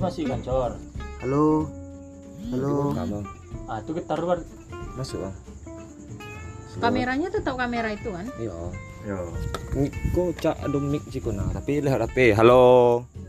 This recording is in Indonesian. masih kancor Halo. Halo. Nggak mau. ah itu kita keluar Masuk, Bang. Kameranya tetap kamera itu kan? Iya. Yo. Niko cak ada mic sih kuna, tapi lihat HP. Halo.